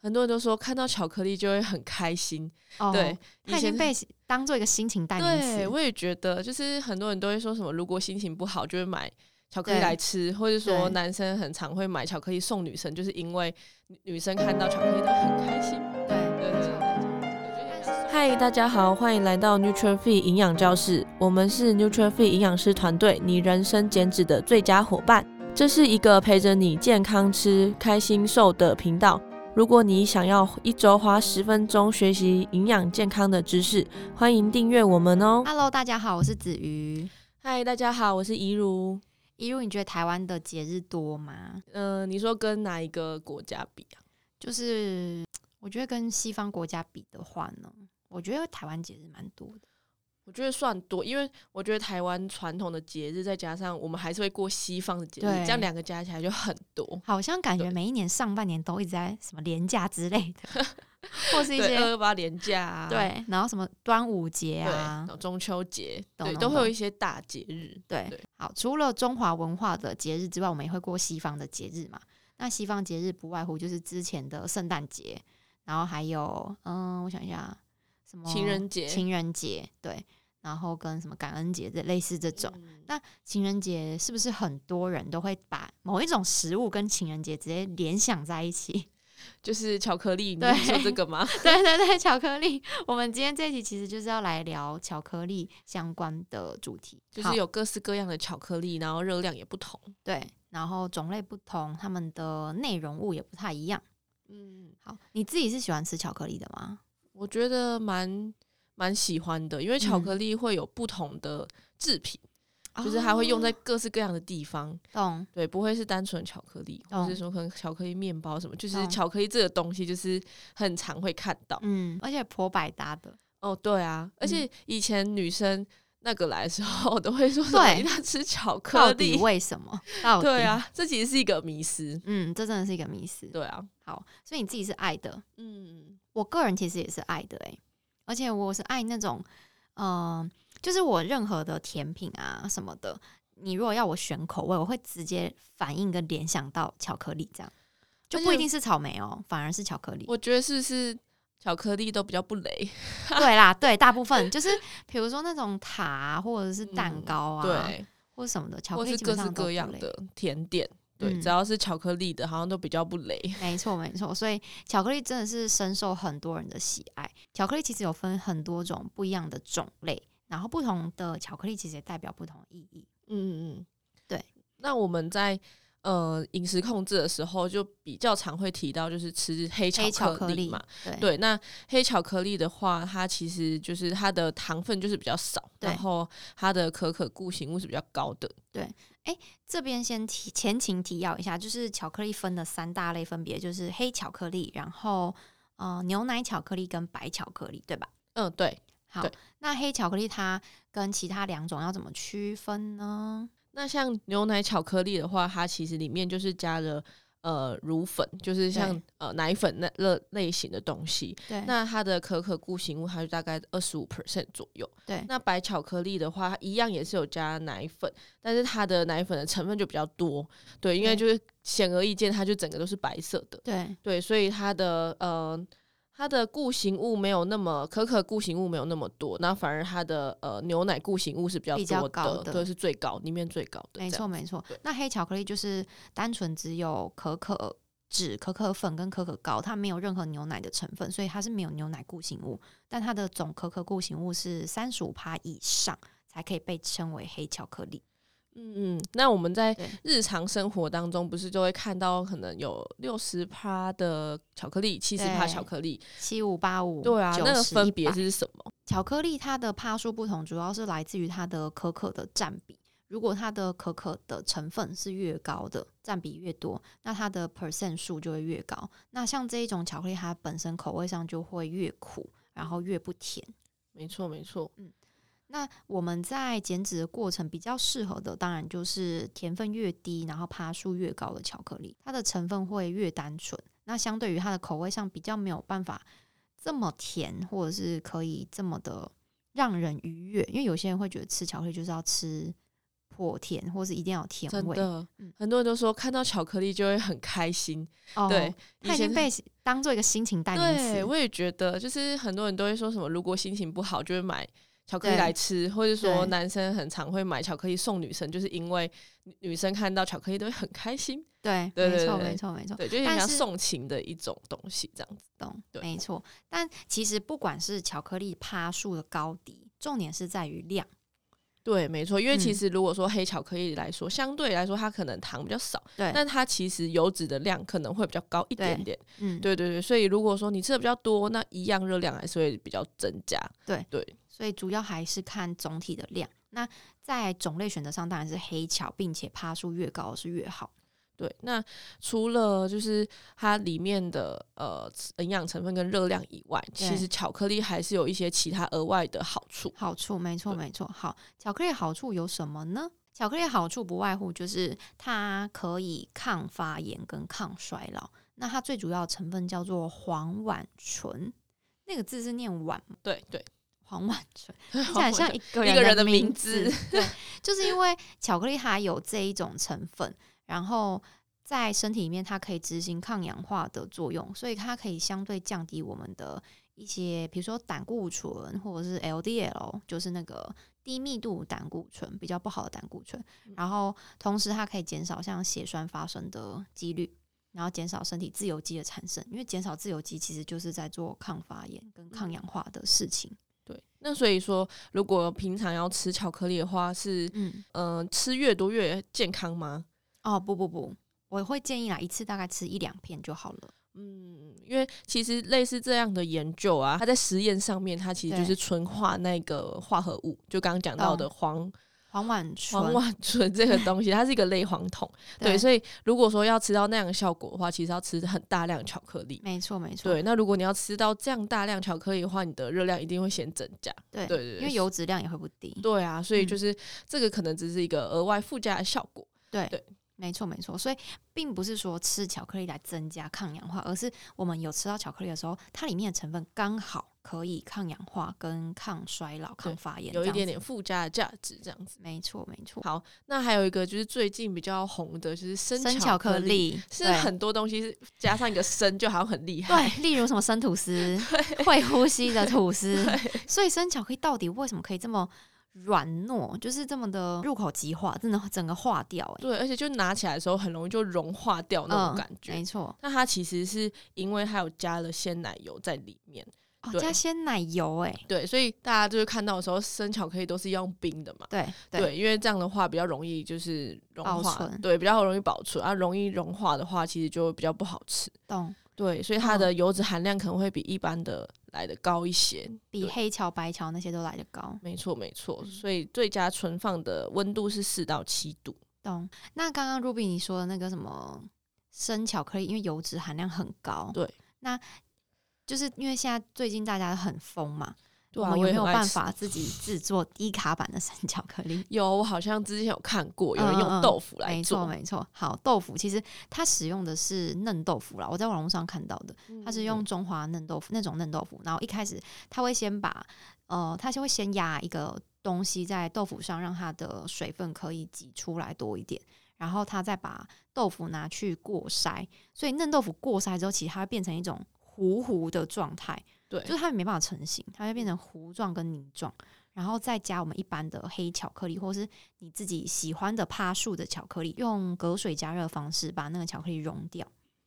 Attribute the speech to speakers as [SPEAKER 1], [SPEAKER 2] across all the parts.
[SPEAKER 1] 很多人都说看到巧克力就会很开心。
[SPEAKER 2] 哦
[SPEAKER 1] 对，
[SPEAKER 2] 它
[SPEAKER 1] 以
[SPEAKER 2] 已经
[SPEAKER 1] 前
[SPEAKER 2] 被当做一个心情代名
[SPEAKER 1] 对，
[SPEAKER 2] 词。
[SPEAKER 1] 我也觉得，就是很多人都会说什么，如果心情不好就会买巧克力
[SPEAKER 2] 对
[SPEAKER 1] 来吃，或者说
[SPEAKER 2] 对
[SPEAKER 1] 男生很常会买巧克力送女生，就是因为女女生看到巧克力都很开心。
[SPEAKER 2] 对，
[SPEAKER 1] 对
[SPEAKER 2] 没
[SPEAKER 1] 对
[SPEAKER 2] 错
[SPEAKER 1] 对
[SPEAKER 2] 没错
[SPEAKER 3] 嗨，大家好，欢迎来到 NutriFit 营养教室，我们是 NutriFit 营养师团队，你人生减脂的最佳伙伴。这是一个陪着你健康吃、开心瘦的频道。如果你想要一周花十分钟学习营养健康的知识，欢迎订阅我们哦。
[SPEAKER 2] Hello，大家好，我是子瑜。
[SPEAKER 3] 嗨，大家好，我是怡如。
[SPEAKER 2] 一如，你觉得台湾的节日多吗？
[SPEAKER 1] 嗯、你说跟哪一个国家比啊？
[SPEAKER 2] 就是我觉得跟西方国家比的话呢，我觉得台湾节日蛮多的。
[SPEAKER 1] 我觉得算多，因为我觉得台湾传统的节日，再加上我们还是会过西方的节日，
[SPEAKER 2] 对
[SPEAKER 1] 这样两个加起来就很多。
[SPEAKER 2] 好像感觉
[SPEAKER 1] 对
[SPEAKER 2] 每一年上半年都一直在什么廉价之类 的，或是一
[SPEAKER 1] 对，
[SPEAKER 2] 些
[SPEAKER 1] 二二八连假啊，
[SPEAKER 2] 对，然后什么端午节
[SPEAKER 1] 对，
[SPEAKER 2] 啊
[SPEAKER 1] 然，后中秋节，
[SPEAKER 2] 懂
[SPEAKER 1] 对，
[SPEAKER 2] 懂
[SPEAKER 1] 都会有
[SPEAKER 2] 懂
[SPEAKER 1] 一些大节日。
[SPEAKER 2] 对，
[SPEAKER 1] 对
[SPEAKER 2] 好，除了中华文化的节日之外，我们也会过西方的节日嘛。那西方节日不外乎就是之前的圣诞节，然后还有嗯，我想一下，什么
[SPEAKER 1] 情人节
[SPEAKER 2] 哦情人节对，然后跟什么感恩节这类似这种。
[SPEAKER 1] 嗯
[SPEAKER 2] 那情人节是不是很多人都会把某一种食物跟情人节直接联想在一起？
[SPEAKER 1] 就是巧克力，你
[SPEAKER 2] 对
[SPEAKER 1] 是说这个 吗？
[SPEAKER 2] 对对对，巧克力。我们今天这一集其实就是要来聊巧克力相关的主题，
[SPEAKER 1] 就是有各式各样的巧克力，然后热量也不同。
[SPEAKER 2] 对，然后种类不同，它们的内容物也不太一样。
[SPEAKER 1] 嗯，
[SPEAKER 2] 好，你自己是喜欢吃巧克力的吗？
[SPEAKER 1] 我觉得蛮蛮喜欢的，因为
[SPEAKER 2] 嗯
[SPEAKER 1] 巧克力会有不同的制品，就是它会用在
[SPEAKER 2] 哦
[SPEAKER 1] 各式各样的地方。
[SPEAKER 2] 懂
[SPEAKER 1] 对，不会是单纯巧克力，或
[SPEAKER 2] 懂
[SPEAKER 1] 者是说可能巧克力面包什么，就是
[SPEAKER 2] 懂
[SPEAKER 1] 巧克力这个东西，就是很常会看到。
[SPEAKER 2] 嗯，而且颇百搭的，
[SPEAKER 1] 哦，对啊，而且以前女生那个来的时候，都会说什么
[SPEAKER 2] 对
[SPEAKER 1] 一定要吃巧克
[SPEAKER 2] 到底
[SPEAKER 1] 力。
[SPEAKER 2] 为什么？ 到底
[SPEAKER 1] 对，啊，这其实是一个迷思。
[SPEAKER 2] 嗯，这真的是一个迷思。
[SPEAKER 1] 对啊，
[SPEAKER 2] 好，所以你自己是爱的，
[SPEAKER 1] 嗯，
[SPEAKER 2] 我个人其实也是爱的、欸，而且我是爱那种，嗯、就是我任何的甜品啊什么的，你如果要我选口味，我会直接反应跟联想到巧克力这样。就
[SPEAKER 1] 而
[SPEAKER 2] 不一
[SPEAKER 1] 且
[SPEAKER 2] 定是草莓哦，反而是巧克力。
[SPEAKER 1] 我觉得是不是巧克力都比较不雷。
[SPEAKER 2] 对啦，对，大部分就是比如说那种塔、啊、或者是蛋
[SPEAKER 1] 嗯
[SPEAKER 2] 糕啊，
[SPEAKER 1] 对，
[SPEAKER 2] 或者什么的巧克
[SPEAKER 1] 或
[SPEAKER 2] 力，
[SPEAKER 1] 是各式各样。的甜点，对，
[SPEAKER 2] 嗯
[SPEAKER 1] 只要是巧克力的，好像都比较不雷。
[SPEAKER 2] 没错，没错，所以巧克力真的是深受很多人的喜爱。巧克力其实有分很多种不一样的种类，然后不同的巧克力其实也代表不同的意义。
[SPEAKER 1] 嗯嗯，嗯
[SPEAKER 2] 对。
[SPEAKER 1] 那我们在呃饮食控制的时候，就比较常会提到就是吃黑
[SPEAKER 2] 黑巧克
[SPEAKER 1] 克
[SPEAKER 2] 力
[SPEAKER 1] 力嘛。，
[SPEAKER 2] 对
[SPEAKER 1] 对，那黑巧克力的话，它其实就是它的糖分就是比较少，
[SPEAKER 2] 对
[SPEAKER 1] 然后它的可可固形物是比较高的。
[SPEAKER 2] 这边先提前情提要一下，就是巧克力分的三大类，分别就是黑巧克力，然后呃牛奶巧克力跟白巧克力，对吧？
[SPEAKER 1] 嗯，对。
[SPEAKER 2] 好
[SPEAKER 1] 对，
[SPEAKER 2] 那黑巧克力它跟其他两种要怎么区分呢？
[SPEAKER 1] 那像牛奶巧克力的话，它其实里面就是加了呃乳粉，就是像
[SPEAKER 2] 对
[SPEAKER 1] 呃奶粉那类类型的东西。
[SPEAKER 2] 对，
[SPEAKER 1] 那它的可可固形物它就大概二十五 percent 左右。
[SPEAKER 2] 对
[SPEAKER 1] 那白巧克力的话，它一样也是有加奶粉，但是它的奶粉的成分就比较多。对，因为
[SPEAKER 2] 对
[SPEAKER 1] 就是显而易见，它就整个都是白色的。
[SPEAKER 2] 对
[SPEAKER 1] 对，所以它的呃。它的固形物没有那么可可固形物没有那么多，那反而它的呃牛奶固形物是比较多
[SPEAKER 2] 比较
[SPEAKER 1] 的，
[SPEAKER 2] 高的
[SPEAKER 1] 对，是最高，里面最高的。
[SPEAKER 2] 没
[SPEAKER 1] 这
[SPEAKER 2] 错
[SPEAKER 1] 样
[SPEAKER 2] 没错
[SPEAKER 1] 对。
[SPEAKER 2] 那黑巧克力就是单纯只有可可脂、可可粉跟可可膏，它没有任何牛奶的成分，所以它是没有牛奶固形物，但它的总可可固形物是三十五帕以上才可以被称为黑巧克力。
[SPEAKER 1] 嗯，嗯，那我们在
[SPEAKER 2] 对
[SPEAKER 1] 日常生活当中，不是就会看到可能有六十趴的巧克力，七十趴
[SPEAKER 2] 对
[SPEAKER 1] 巧克力，
[SPEAKER 2] 七五八五，
[SPEAKER 1] 对啊，那个分别
[SPEAKER 2] 100
[SPEAKER 1] 是什么？
[SPEAKER 2] 巧克力它的帕数不同，主要是来自于它的可可的占比。如果它的可可的成分是越高的，占比越多，那它的 percent 数就会越高。那像这一种巧克力，它本身口味上就会越苦，然后越不甜。
[SPEAKER 1] 没错，没错，
[SPEAKER 2] 那我们在减脂的过程比较适合的，当然就是甜分越低，然后趴数越高的巧克力，它的成分会越单纯。那相对于它的口味上比较没有办法这么甜，或者是可以这么的让人愉悦，因为有些人会觉得吃巧克力就是要吃破甜，或是一定要有甜
[SPEAKER 1] 真
[SPEAKER 2] 味。
[SPEAKER 1] 的
[SPEAKER 2] 嗯，
[SPEAKER 1] 很多人都说看到巧克力就会很开心。
[SPEAKER 2] 哦，
[SPEAKER 1] 对，
[SPEAKER 2] 它
[SPEAKER 1] 以
[SPEAKER 2] 已经
[SPEAKER 1] 前
[SPEAKER 2] 被当做一个心情代名
[SPEAKER 1] 对，
[SPEAKER 2] 词。
[SPEAKER 1] 我也觉得，就是很多人都会说什么，如果心情不好就会买巧克力
[SPEAKER 2] 对
[SPEAKER 1] 来吃，或者说
[SPEAKER 2] 对
[SPEAKER 1] 男生很常会买巧克力送女生，就是因为女女生看到巧克力都会很开心。
[SPEAKER 2] 对，
[SPEAKER 1] 对
[SPEAKER 2] 没
[SPEAKER 1] 对
[SPEAKER 2] 错，
[SPEAKER 1] 对
[SPEAKER 2] 没错，没错。
[SPEAKER 1] 对，就是
[SPEAKER 2] 哦但
[SPEAKER 1] 人家
[SPEAKER 2] 是
[SPEAKER 1] 送情的一种东西，这样子。
[SPEAKER 2] 懂，
[SPEAKER 1] 对
[SPEAKER 2] 没错。但其实不管是巧克力趴数的高低，重点是在于量。
[SPEAKER 1] 对，没错，因为其
[SPEAKER 2] 嗯
[SPEAKER 1] 实如果说黑巧克力来说，相对来说它可能糖比较少，
[SPEAKER 2] 对，
[SPEAKER 1] 但它其实油脂的量可能会比较高一点
[SPEAKER 2] 对
[SPEAKER 1] 点。
[SPEAKER 2] 嗯，
[SPEAKER 1] 对对对，所以如果说你吃的比较多，那一样热量还是会比较增加。
[SPEAKER 2] 所以主要还是看总体的量。那在种类选择上，当然是黑巧，并且趴数越高是越好。
[SPEAKER 1] 对，那除了就是它里面的呃营养成分跟热量以外，其
[SPEAKER 2] 对
[SPEAKER 1] 实巧克力还是有一些其他额外的好处。
[SPEAKER 2] 好处，没错，
[SPEAKER 1] 对
[SPEAKER 2] 没错。好，巧克力好处有什么呢？巧克力好处不外乎就是它可以抗发炎跟抗衰老。那它最主要的成分叫做黄烷醇，那个字是念烷吗，
[SPEAKER 1] 对对，
[SPEAKER 2] 黄烷醇。听 起来像一个
[SPEAKER 1] 一个人的名
[SPEAKER 2] 名
[SPEAKER 1] 字。
[SPEAKER 2] 对，就是因为巧克力它有这一种成分，然后在身体里面它可以执行抗氧化的作用，所以它可以相对降低我们的一些，比如说胆固醇或者是 LDL，就是那个低密度胆固醇比较不好的胆固醇，
[SPEAKER 1] 嗯
[SPEAKER 2] 然后同时它可以减少像血栓发生的几率。然后减少身体自由基的产生，因为减少自由基其实就是在做抗发炎
[SPEAKER 1] 嗯
[SPEAKER 2] 跟抗氧化的事情。
[SPEAKER 1] 对，那所以说，如果平常要吃巧克力的话，是
[SPEAKER 2] 嗯，
[SPEAKER 1] 嗯、呃吃越多越健康吗？
[SPEAKER 2] 哦，不不不，我会建议啦，一次大概吃一两片就好了。
[SPEAKER 1] 嗯，因为其实类似这样的研究啊，它在实验上面，它其实就
[SPEAKER 2] 对哦
[SPEAKER 1] 是纯化那个化合物，就刚刚讲到的黄
[SPEAKER 2] 黄烷
[SPEAKER 1] 黄
[SPEAKER 2] 醇，
[SPEAKER 1] 烷醇这个东西，它是一个类黄 酮。对，所以如果说要吃到那样的效果的话，其实要吃很大量的巧克力。
[SPEAKER 2] 没错没错，
[SPEAKER 1] 对，那如果你要吃到这样大量巧克力的话，你的热量一定会先增加。
[SPEAKER 2] 对
[SPEAKER 1] 对对
[SPEAKER 2] 因为油脂量也会不低。
[SPEAKER 1] 对啊，所以
[SPEAKER 2] 嗯
[SPEAKER 1] 就是这个可能只是一个额外附加的效果。
[SPEAKER 2] 对
[SPEAKER 1] 对
[SPEAKER 2] 没错没错，所以并不是说吃巧克力来增加抗氧化，而是我们有吃到巧克力的时候，它里面的成分刚好可以抗氧化、跟抗衰老、抗发炎，
[SPEAKER 1] 有一
[SPEAKER 2] 这
[SPEAKER 1] 点
[SPEAKER 2] 样
[SPEAKER 1] 点
[SPEAKER 2] 子。
[SPEAKER 1] 附加的价值，这样子。
[SPEAKER 2] 没错没错，
[SPEAKER 1] 好，那还有一个就是最近比较红的，就是生
[SPEAKER 2] 生
[SPEAKER 1] 巧
[SPEAKER 2] 巧克
[SPEAKER 1] 力，
[SPEAKER 2] 力
[SPEAKER 1] 是
[SPEAKER 2] 对
[SPEAKER 1] 很多东西是加上一个生，就好像很厉害。
[SPEAKER 2] 对，例如什么生 吐司，会呼吸的吐司，所以生巧克力到底为什么可以这么软糯，就是这么的入口即化，真的整个化掉、欸，嗯
[SPEAKER 1] 对，而且就拿起来的时候很容易就融化掉那种感觉。
[SPEAKER 2] 没错，
[SPEAKER 1] 那它其实是因为它有加了鲜奶油在里面，
[SPEAKER 2] 哦，
[SPEAKER 1] 对
[SPEAKER 2] 加鲜奶油、哎，
[SPEAKER 1] 对，所以大家就是看到的时候，生巧克力都是要用冰的嘛。
[SPEAKER 2] 对
[SPEAKER 1] 对，因为这样的话比较容易就是融
[SPEAKER 2] 保
[SPEAKER 1] 化
[SPEAKER 2] 存，
[SPEAKER 1] 对，比较容易保存啊，容易融化的话，其实就比较不好吃。
[SPEAKER 2] 懂，
[SPEAKER 1] 对，所以它的油脂含量可能会比一般的来的高一些。
[SPEAKER 2] 比
[SPEAKER 1] 对
[SPEAKER 2] 黑巧白巧那些都来得高，
[SPEAKER 1] 没错，没错。
[SPEAKER 2] 嗯
[SPEAKER 1] 所以最佳存放的温度是四到七度。
[SPEAKER 2] 懂。那刚刚 Ruby 你说的那个什么生巧克力，因为油脂含量很高，
[SPEAKER 1] 对，
[SPEAKER 2] 那就是因为现在最近大家很疯嘛，
[SPEAKER 1] 对
[SPEAKER 2] 我
[SPEAKER 1] 啊，
[SPEAKER 2] 们
[SPEAKER 1] 我也
[SPEAKER 2] 有没有
[SPEAKER 1] 很爱
[SPEAKER 2] 办
[SPEAKER 1] 吃？
[SPEAKER 2] 法自己制作低卡版的生巧克力？
[SPEAKER 1] 有，我好像之前有看过，有人
[SPEAKER 2] 嗯嗯
[SPEAKER 1] 用
[SPEAKER 2] 嗯
[SPEAKER 1] 豆腐来
[SPEAKER 2] 没错，
[SPEAKER 1] 做，
[SPEAKER 2] 没错。好，豆腐其实它使用的是嫩豆腐啦，我在网络上看到的，它
[SPEAKER 1] 嗯
[SPEAKER 2] 是用中华嫩豆腐那种嫩豆腐，然后一开始它会先把呃，它先会先压一个东西在豆腐上，让它的水分可以挤出来多一点。然后它再把豆腐拿去过筛，所以嫩豆腐过筛之后，其实它会变成一种糊糊的状态，
[SPEAKER 1] 对
[SPEAKER 2] 就是它没办法成型，它会变成糊状跟泥状，然后再加我们一般的黑巧克力，或是你自己喜欢的趴树的巧克力，用隔水加热方式把那个巧克力溶掉，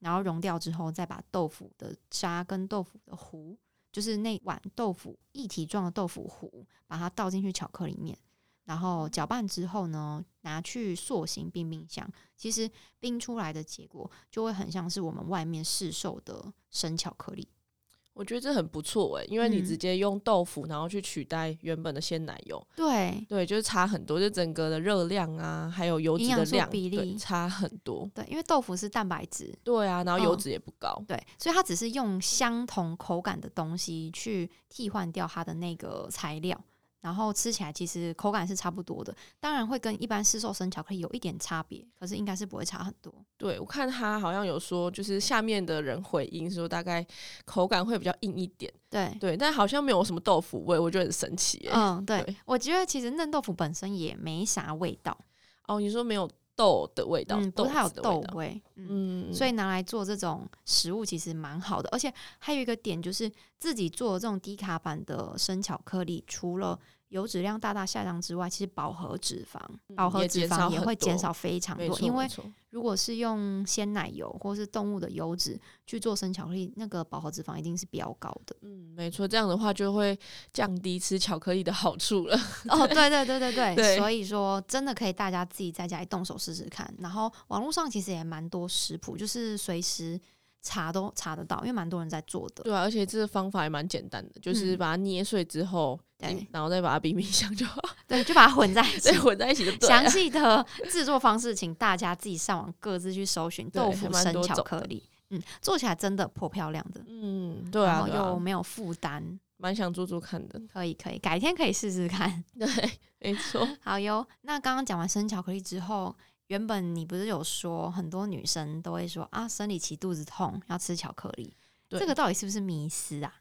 [SPEAKER 2] 然后溶掉之后再把豆腐的渣跟豆腐的糊，就是那碗豆腐一体状的豆腐糊，把它倒进去巧克力里面。然后搅拌之后呢，拿去塑形冰冰箱。其实冰出来的结果就会很像是我们外面市售的生巧克力。
[SPEAKER 1] 我觉得这很不错诶、因为你
[SPEAKER 2] 嗯
[SPEAKER 1] 直接用豆腐，然后去取代原本的鲜奶油，
[SPEAKER 2] 对，
[SPEAKER 1] 对，就是差很多，就整个的热量啊，还有油脂的
[SPEAKER 2] 营养
[SPEAKER 1] 量
[SPEAKER 2] 素比例
[SPEAKER 1] 对差很多。
[SPEAKER 2] 对，因为豆腐是蛋白质，
[SPEAKER 1] 对啊，然后油
[SPEAKER 2] 嗯
[SPEAKER 1] 脂也不高。
[SPEAKER 2] 对，所以它只是用相同口感的东西去替换掉它的那个材料，然后吃起来其实口感是差不多的，当然会跟一般市售生巧克力有一点差别，可是应该是不会差很多。
[SPEAKER 1] 对我看他好像有说，就是下面的人回应说大概口感会比较硬一点，
[SPEAKER 2] 对，
[SPEAKER 1] 对，但好像没有什么豆腐味，我觉得很神奇欸耶。
[SPEAKER 2] 嗯，对，
[SPEAKER 1] 对
[SPEAKER 2] 我觉得其实嫩豆腐本身也没啥味道，
[SPEAKER 1] 哦，你说没有豆的味道，
[SPEAKER 2] 嗯，不
[SPEAKER 1] 豆
[SPEAKER 2] 太有
[SPEAKER 1] 子的味
[SPEAKER 2] 豆
[SPEAKER 1] 道，
[SPEAKER 2] 味，嗯。
[SPEAKER 1] 嗯，
[SPEAKER 2] 所
[SPEAKER 1] 以
[SPEAKER 2] 以拿来做这种食物其实蛮好的，而且还有一个点就是自己做这种低卡版的生巧克力，除了油脂量大大下降之外，其实饱和脂肪，饱和
[SPEAKER 1] 嗯也
[SPEAKER 2] 脂
[SPEAKER 1] 减少
[SPEAKER 2] 肪也
[SPEAKER 1] 很
[SPEAKER 2] 会减
[SPEAKER 1] 多
[SPEAKER 2] 少非常
[SPEAKER 1] 没
[SPEAKER 2] 多，
[SPEAKER 1] 错，
[SPEAKER 2] 因为
[SPEAKER 1] 没错。
[SPEAKER 2] 如果是用鲜奶油或是动物的油脂去做生巧克力，那个饱和脂肪一定是比较高的
[SPEAKER 1] 嗯，没错，这样的话就会降低吃巧克力的好处了。
[SPEAKER 2] 哦，对对对对对，
[SPEAKER 1] 对
[SPEAKER 2] 所以说真的可以大家自己在家里动手试试看。然后网络上其实也蛮多食谱，就是随时查都查得到，因为蛮多人在做的。
[SPEAKER 1] 对啊，而且这个方法也蛮简单的，就是
[SPEAKER 2] 嗯
[SPEAKER 1] 把它捏碎之后，
[SPEAKER 2] 对
[SPEAKER 1] 你然后再把它冰冰箱就 好，
[SPEAKER 2] 对，就把它混在一起
[SPEAKER 1] 再。混在一起就对了。
[SPEAKER 2] 详细的制作方式，请大家自己上网各自去搜寻
[SPEAKER 1] 对
[SPEAKER 2] 豆
[SPEAKER 1] 还
[SPEAKER 2] 腐
[SPEAKER 1] 蛮
[SPEAKER 2] 生
[SPEAKER 1] 多
[SPEAKER 2] 巧
[SPEAKER 1] 种
[SPEAKER 2] 克力。嗯，做起来真的颇漂亮的，
[SPEAKER 1] 嗯，对
[SPEAKER 2] 然
[SPEAKER 1] 啊，
[SPEAKER 2] 后
[SPEAKER 1] 对
[SPEAKER 2] 又
[SPEAKER 1] 啊，
[SPEAKER 2] 没有嗯负担，
[SPEAKER 1] 蛮想做做看的。
[SPEAKER 2] 可以可以，改天可以试试看。
[SPEAKER 1] 对，没错。
[SPEAKER 2] 好哟，那刚刚讲完生巧克力之后，原本你不是有说很多女生都会说啊，生理期肚子痛要吃巧克力，
[SPEAKER 1] 对
[SPEAKER 2] 这个到底是不是迷思啊？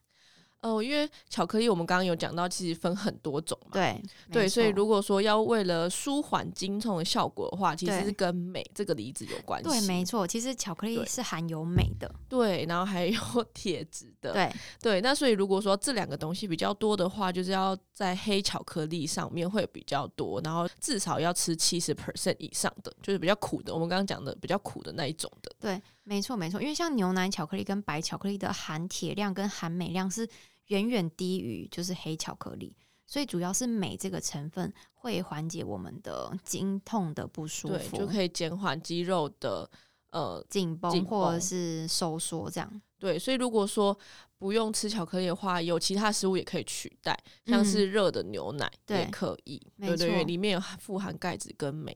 [SPEAKER 1] 哦，因为巧克力我们刚刚有讲到，其实分很多种嘛。
[SPEAKER 2] 对
[SPEAKER 1] 对，所以
[SPEAKER 2] 如
[SPEAKER 1] 如果说要为了舒缓经痛的效果的话，其实
[SPEAKER 2] 对
[SPEAKER 1] 是跟镁这个离子有关系。
[SPEAKER 2] 对，没错，其实巧克力
[SPEAKER 1] 对
[SPEAKER 2] 是含有镁的，
[SPEAKER 1] 对，然后还有 铁质的。
[SPEAKER 2] 对
[SPEAKER 1] 对那所以如果说这两个东西比较多的话，就是要在黑巧克力上面会比较多，然后至少要吃七十 percent 以上的，就是比较苦的。我们刚刚讲的比较苦的那一种的。
[SPEAKER 2] 对，没错没错，因为像牛奶巧克力跟白巧克力的含铁量跟含镁量是远远低于就是黑巧克力，所以主要是镁这个成分会缓解我们的经痛的不舒
[SPEAKER 1] 对，
[SPEAKER 2] 服，
[SPEAKER 1] 就可以减缓肌肉的呃
[SPEAKER 2] 紧绷
[SPEAKER 1] 紧
[SPEAKER 2] 或者
[SPEAKER 1] 绷
[SPEAKER 2] 是收缩这样。
[SPEAKER 1] 对，所以如果说不用吃巧克力的话，有其他食物也可以取代，像是热的牛奶
[SPEAKER 2] 嗯对
[SPEAKER 1] 也可以，
[SPEAKER 2] 没
[SPEAKER 1] 对对，因为
[SPEAKER 2] 错
[SPEAKER 1] 里面有含富含钙质跟镁。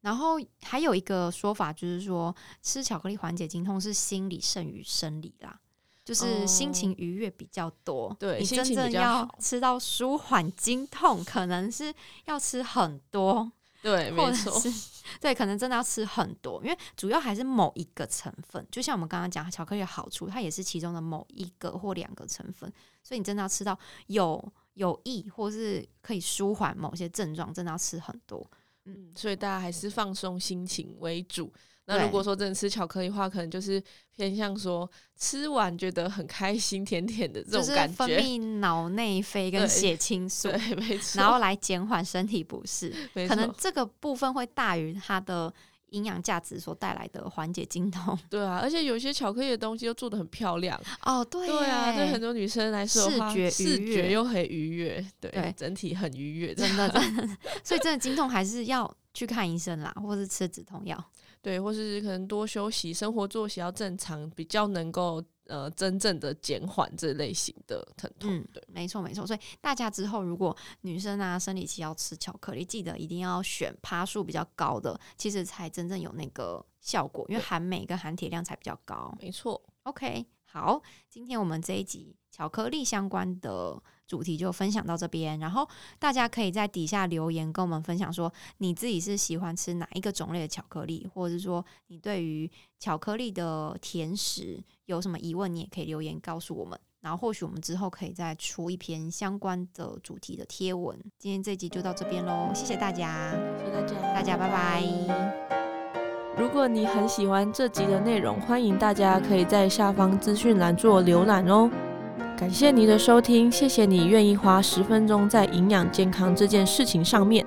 [SPEAKER 2] 然后还有一个说法就是说，吃巧克力缓解经痛是心理胜于生理啦，就是心情愉悦比较多。
[SPEAKER 1] 哦对
[SPEAKER 2] 你
[SPEAKER 1] 心
[SPEAKER 2] 真
[SPEAKER 1] 情比
[SPEAKER 2] 正
[SPEAKER 1] 较
[SPEAKER 2] 要
[SPEAKER 1] 好
[SPEAKER 2] 吃到舒缓经痛，可能是要吃很多，
[SPEAKER 1] 对，
[SPEAKER 2] 或
[SPEAKER 1] 没
[SPEAKER 2] 者
[SPEAKER 1] 错，
[SPEAKER 2] 是对，可能真的要吃很多，因为主要还是某一个成分。就像我们刚刚讲巧克力的好处，它也是其中的某一个或两个成分，所以你真的要吃到有有益或是可以舒缓某些症状，真的要吃很多。
[SPEAKER 1] 嗯，所以大家还是放松心情为主。那
[SPEAKER 2] 对
[SPEAKER 1] 如果说真的吃巧克力的话，可能就是偏向说吃完觉得很开心、甜甜的这
[SPEAKER 2] 就
[SPEAKER 1] 种
[SPEAKER 2] 是
[SPEAKER 1] 感
[SPEAKER 2] 分
[SPEAKER 1] 觉。
[SPEAKER 2] 泌脑内啡跟
[SPEAKER 1] 对
[SPEAKER 2] 血清素，
[SPEAKER 1] 对，没错，
[SPEAKER 2] 然后来减缓身体不适，
[SPEAKER 1] 没
[SPEAKER 2] 可能
[SPEAKER 1] 错，
[SPEAKER 2] 这个部分会大于它的营养价值所带来的缓解 经痛。
[SPEAKER 1] 对啊，而且有些巧克力的东西又做的很漂亮，
[SPEAKER 2] 哦，对
[SPEAKER 1] 对啊，对
[SPEAKER 2] 耶
[SPEAKER 1] 很多女生来说的话，
[SPEAKER 2] 视觉愉
[SPEAKER 1] 视
[SPEAKER 2] 悦
[SPEAKER 1] 觉又很愉悦，对，
[SPEAKER 2] 对
[SPEAKER 1] 整体很愉悦，
[SPEAKER 2] 真的真的， 所以真的经痛还是要去看医生啦，或是吃止痛药。
[SPEAKER 1] 对，或是可能多休息，生活作息要正常，比较能够呃真正的减缓这类型的疼痛。
[SPEAKER 2] 嗯
[SPEAKER 1] 对，
[SPEAKER 2] 没错没错，所以大家之后如果女生啊生理期要吃巧克力，记得一定要选趴数比较高的，其实才真正有那个效果，因为
[SPEAKER 1] 对
[SPEAKER 2] 含镁跟含铁量才比较高。
[SPEAKER 1] 没错。
[SPEAKER 2] OK，好，今天我们这一集巧克力相关的主题就分享到这边，然后大家可以在底下留言跟我们分享说你自己是喜欢吃哪一个种类的巧克力，或者是说你对于巧克力的甜食有什么疑问，你也可以留言告诉我们。然后或许我们之后可以再出一篇相关的主题的贴文。今天这集就到这边喽，谢谢大家，
[SPEAKER 3] 谢谢大家，
[SPEAKER 2] 大家拜拜。
[SPEAKER 3] 如果你很喜欢这集的内容，欢迎大家可以在下方资讯栏做浏览哦。感谢你的收听，谢谢你愿意花十分钟在营养健康这件事情上面。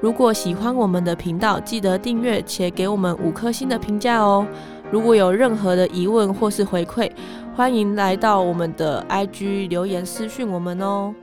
[SPEAKER 3] 如果喜欢我们的频道，记得订阅且给我们五颗星的评价哦。如果有任何的疑问或是回馈，欢迎来到我们的 IG 留言私讯我们哦。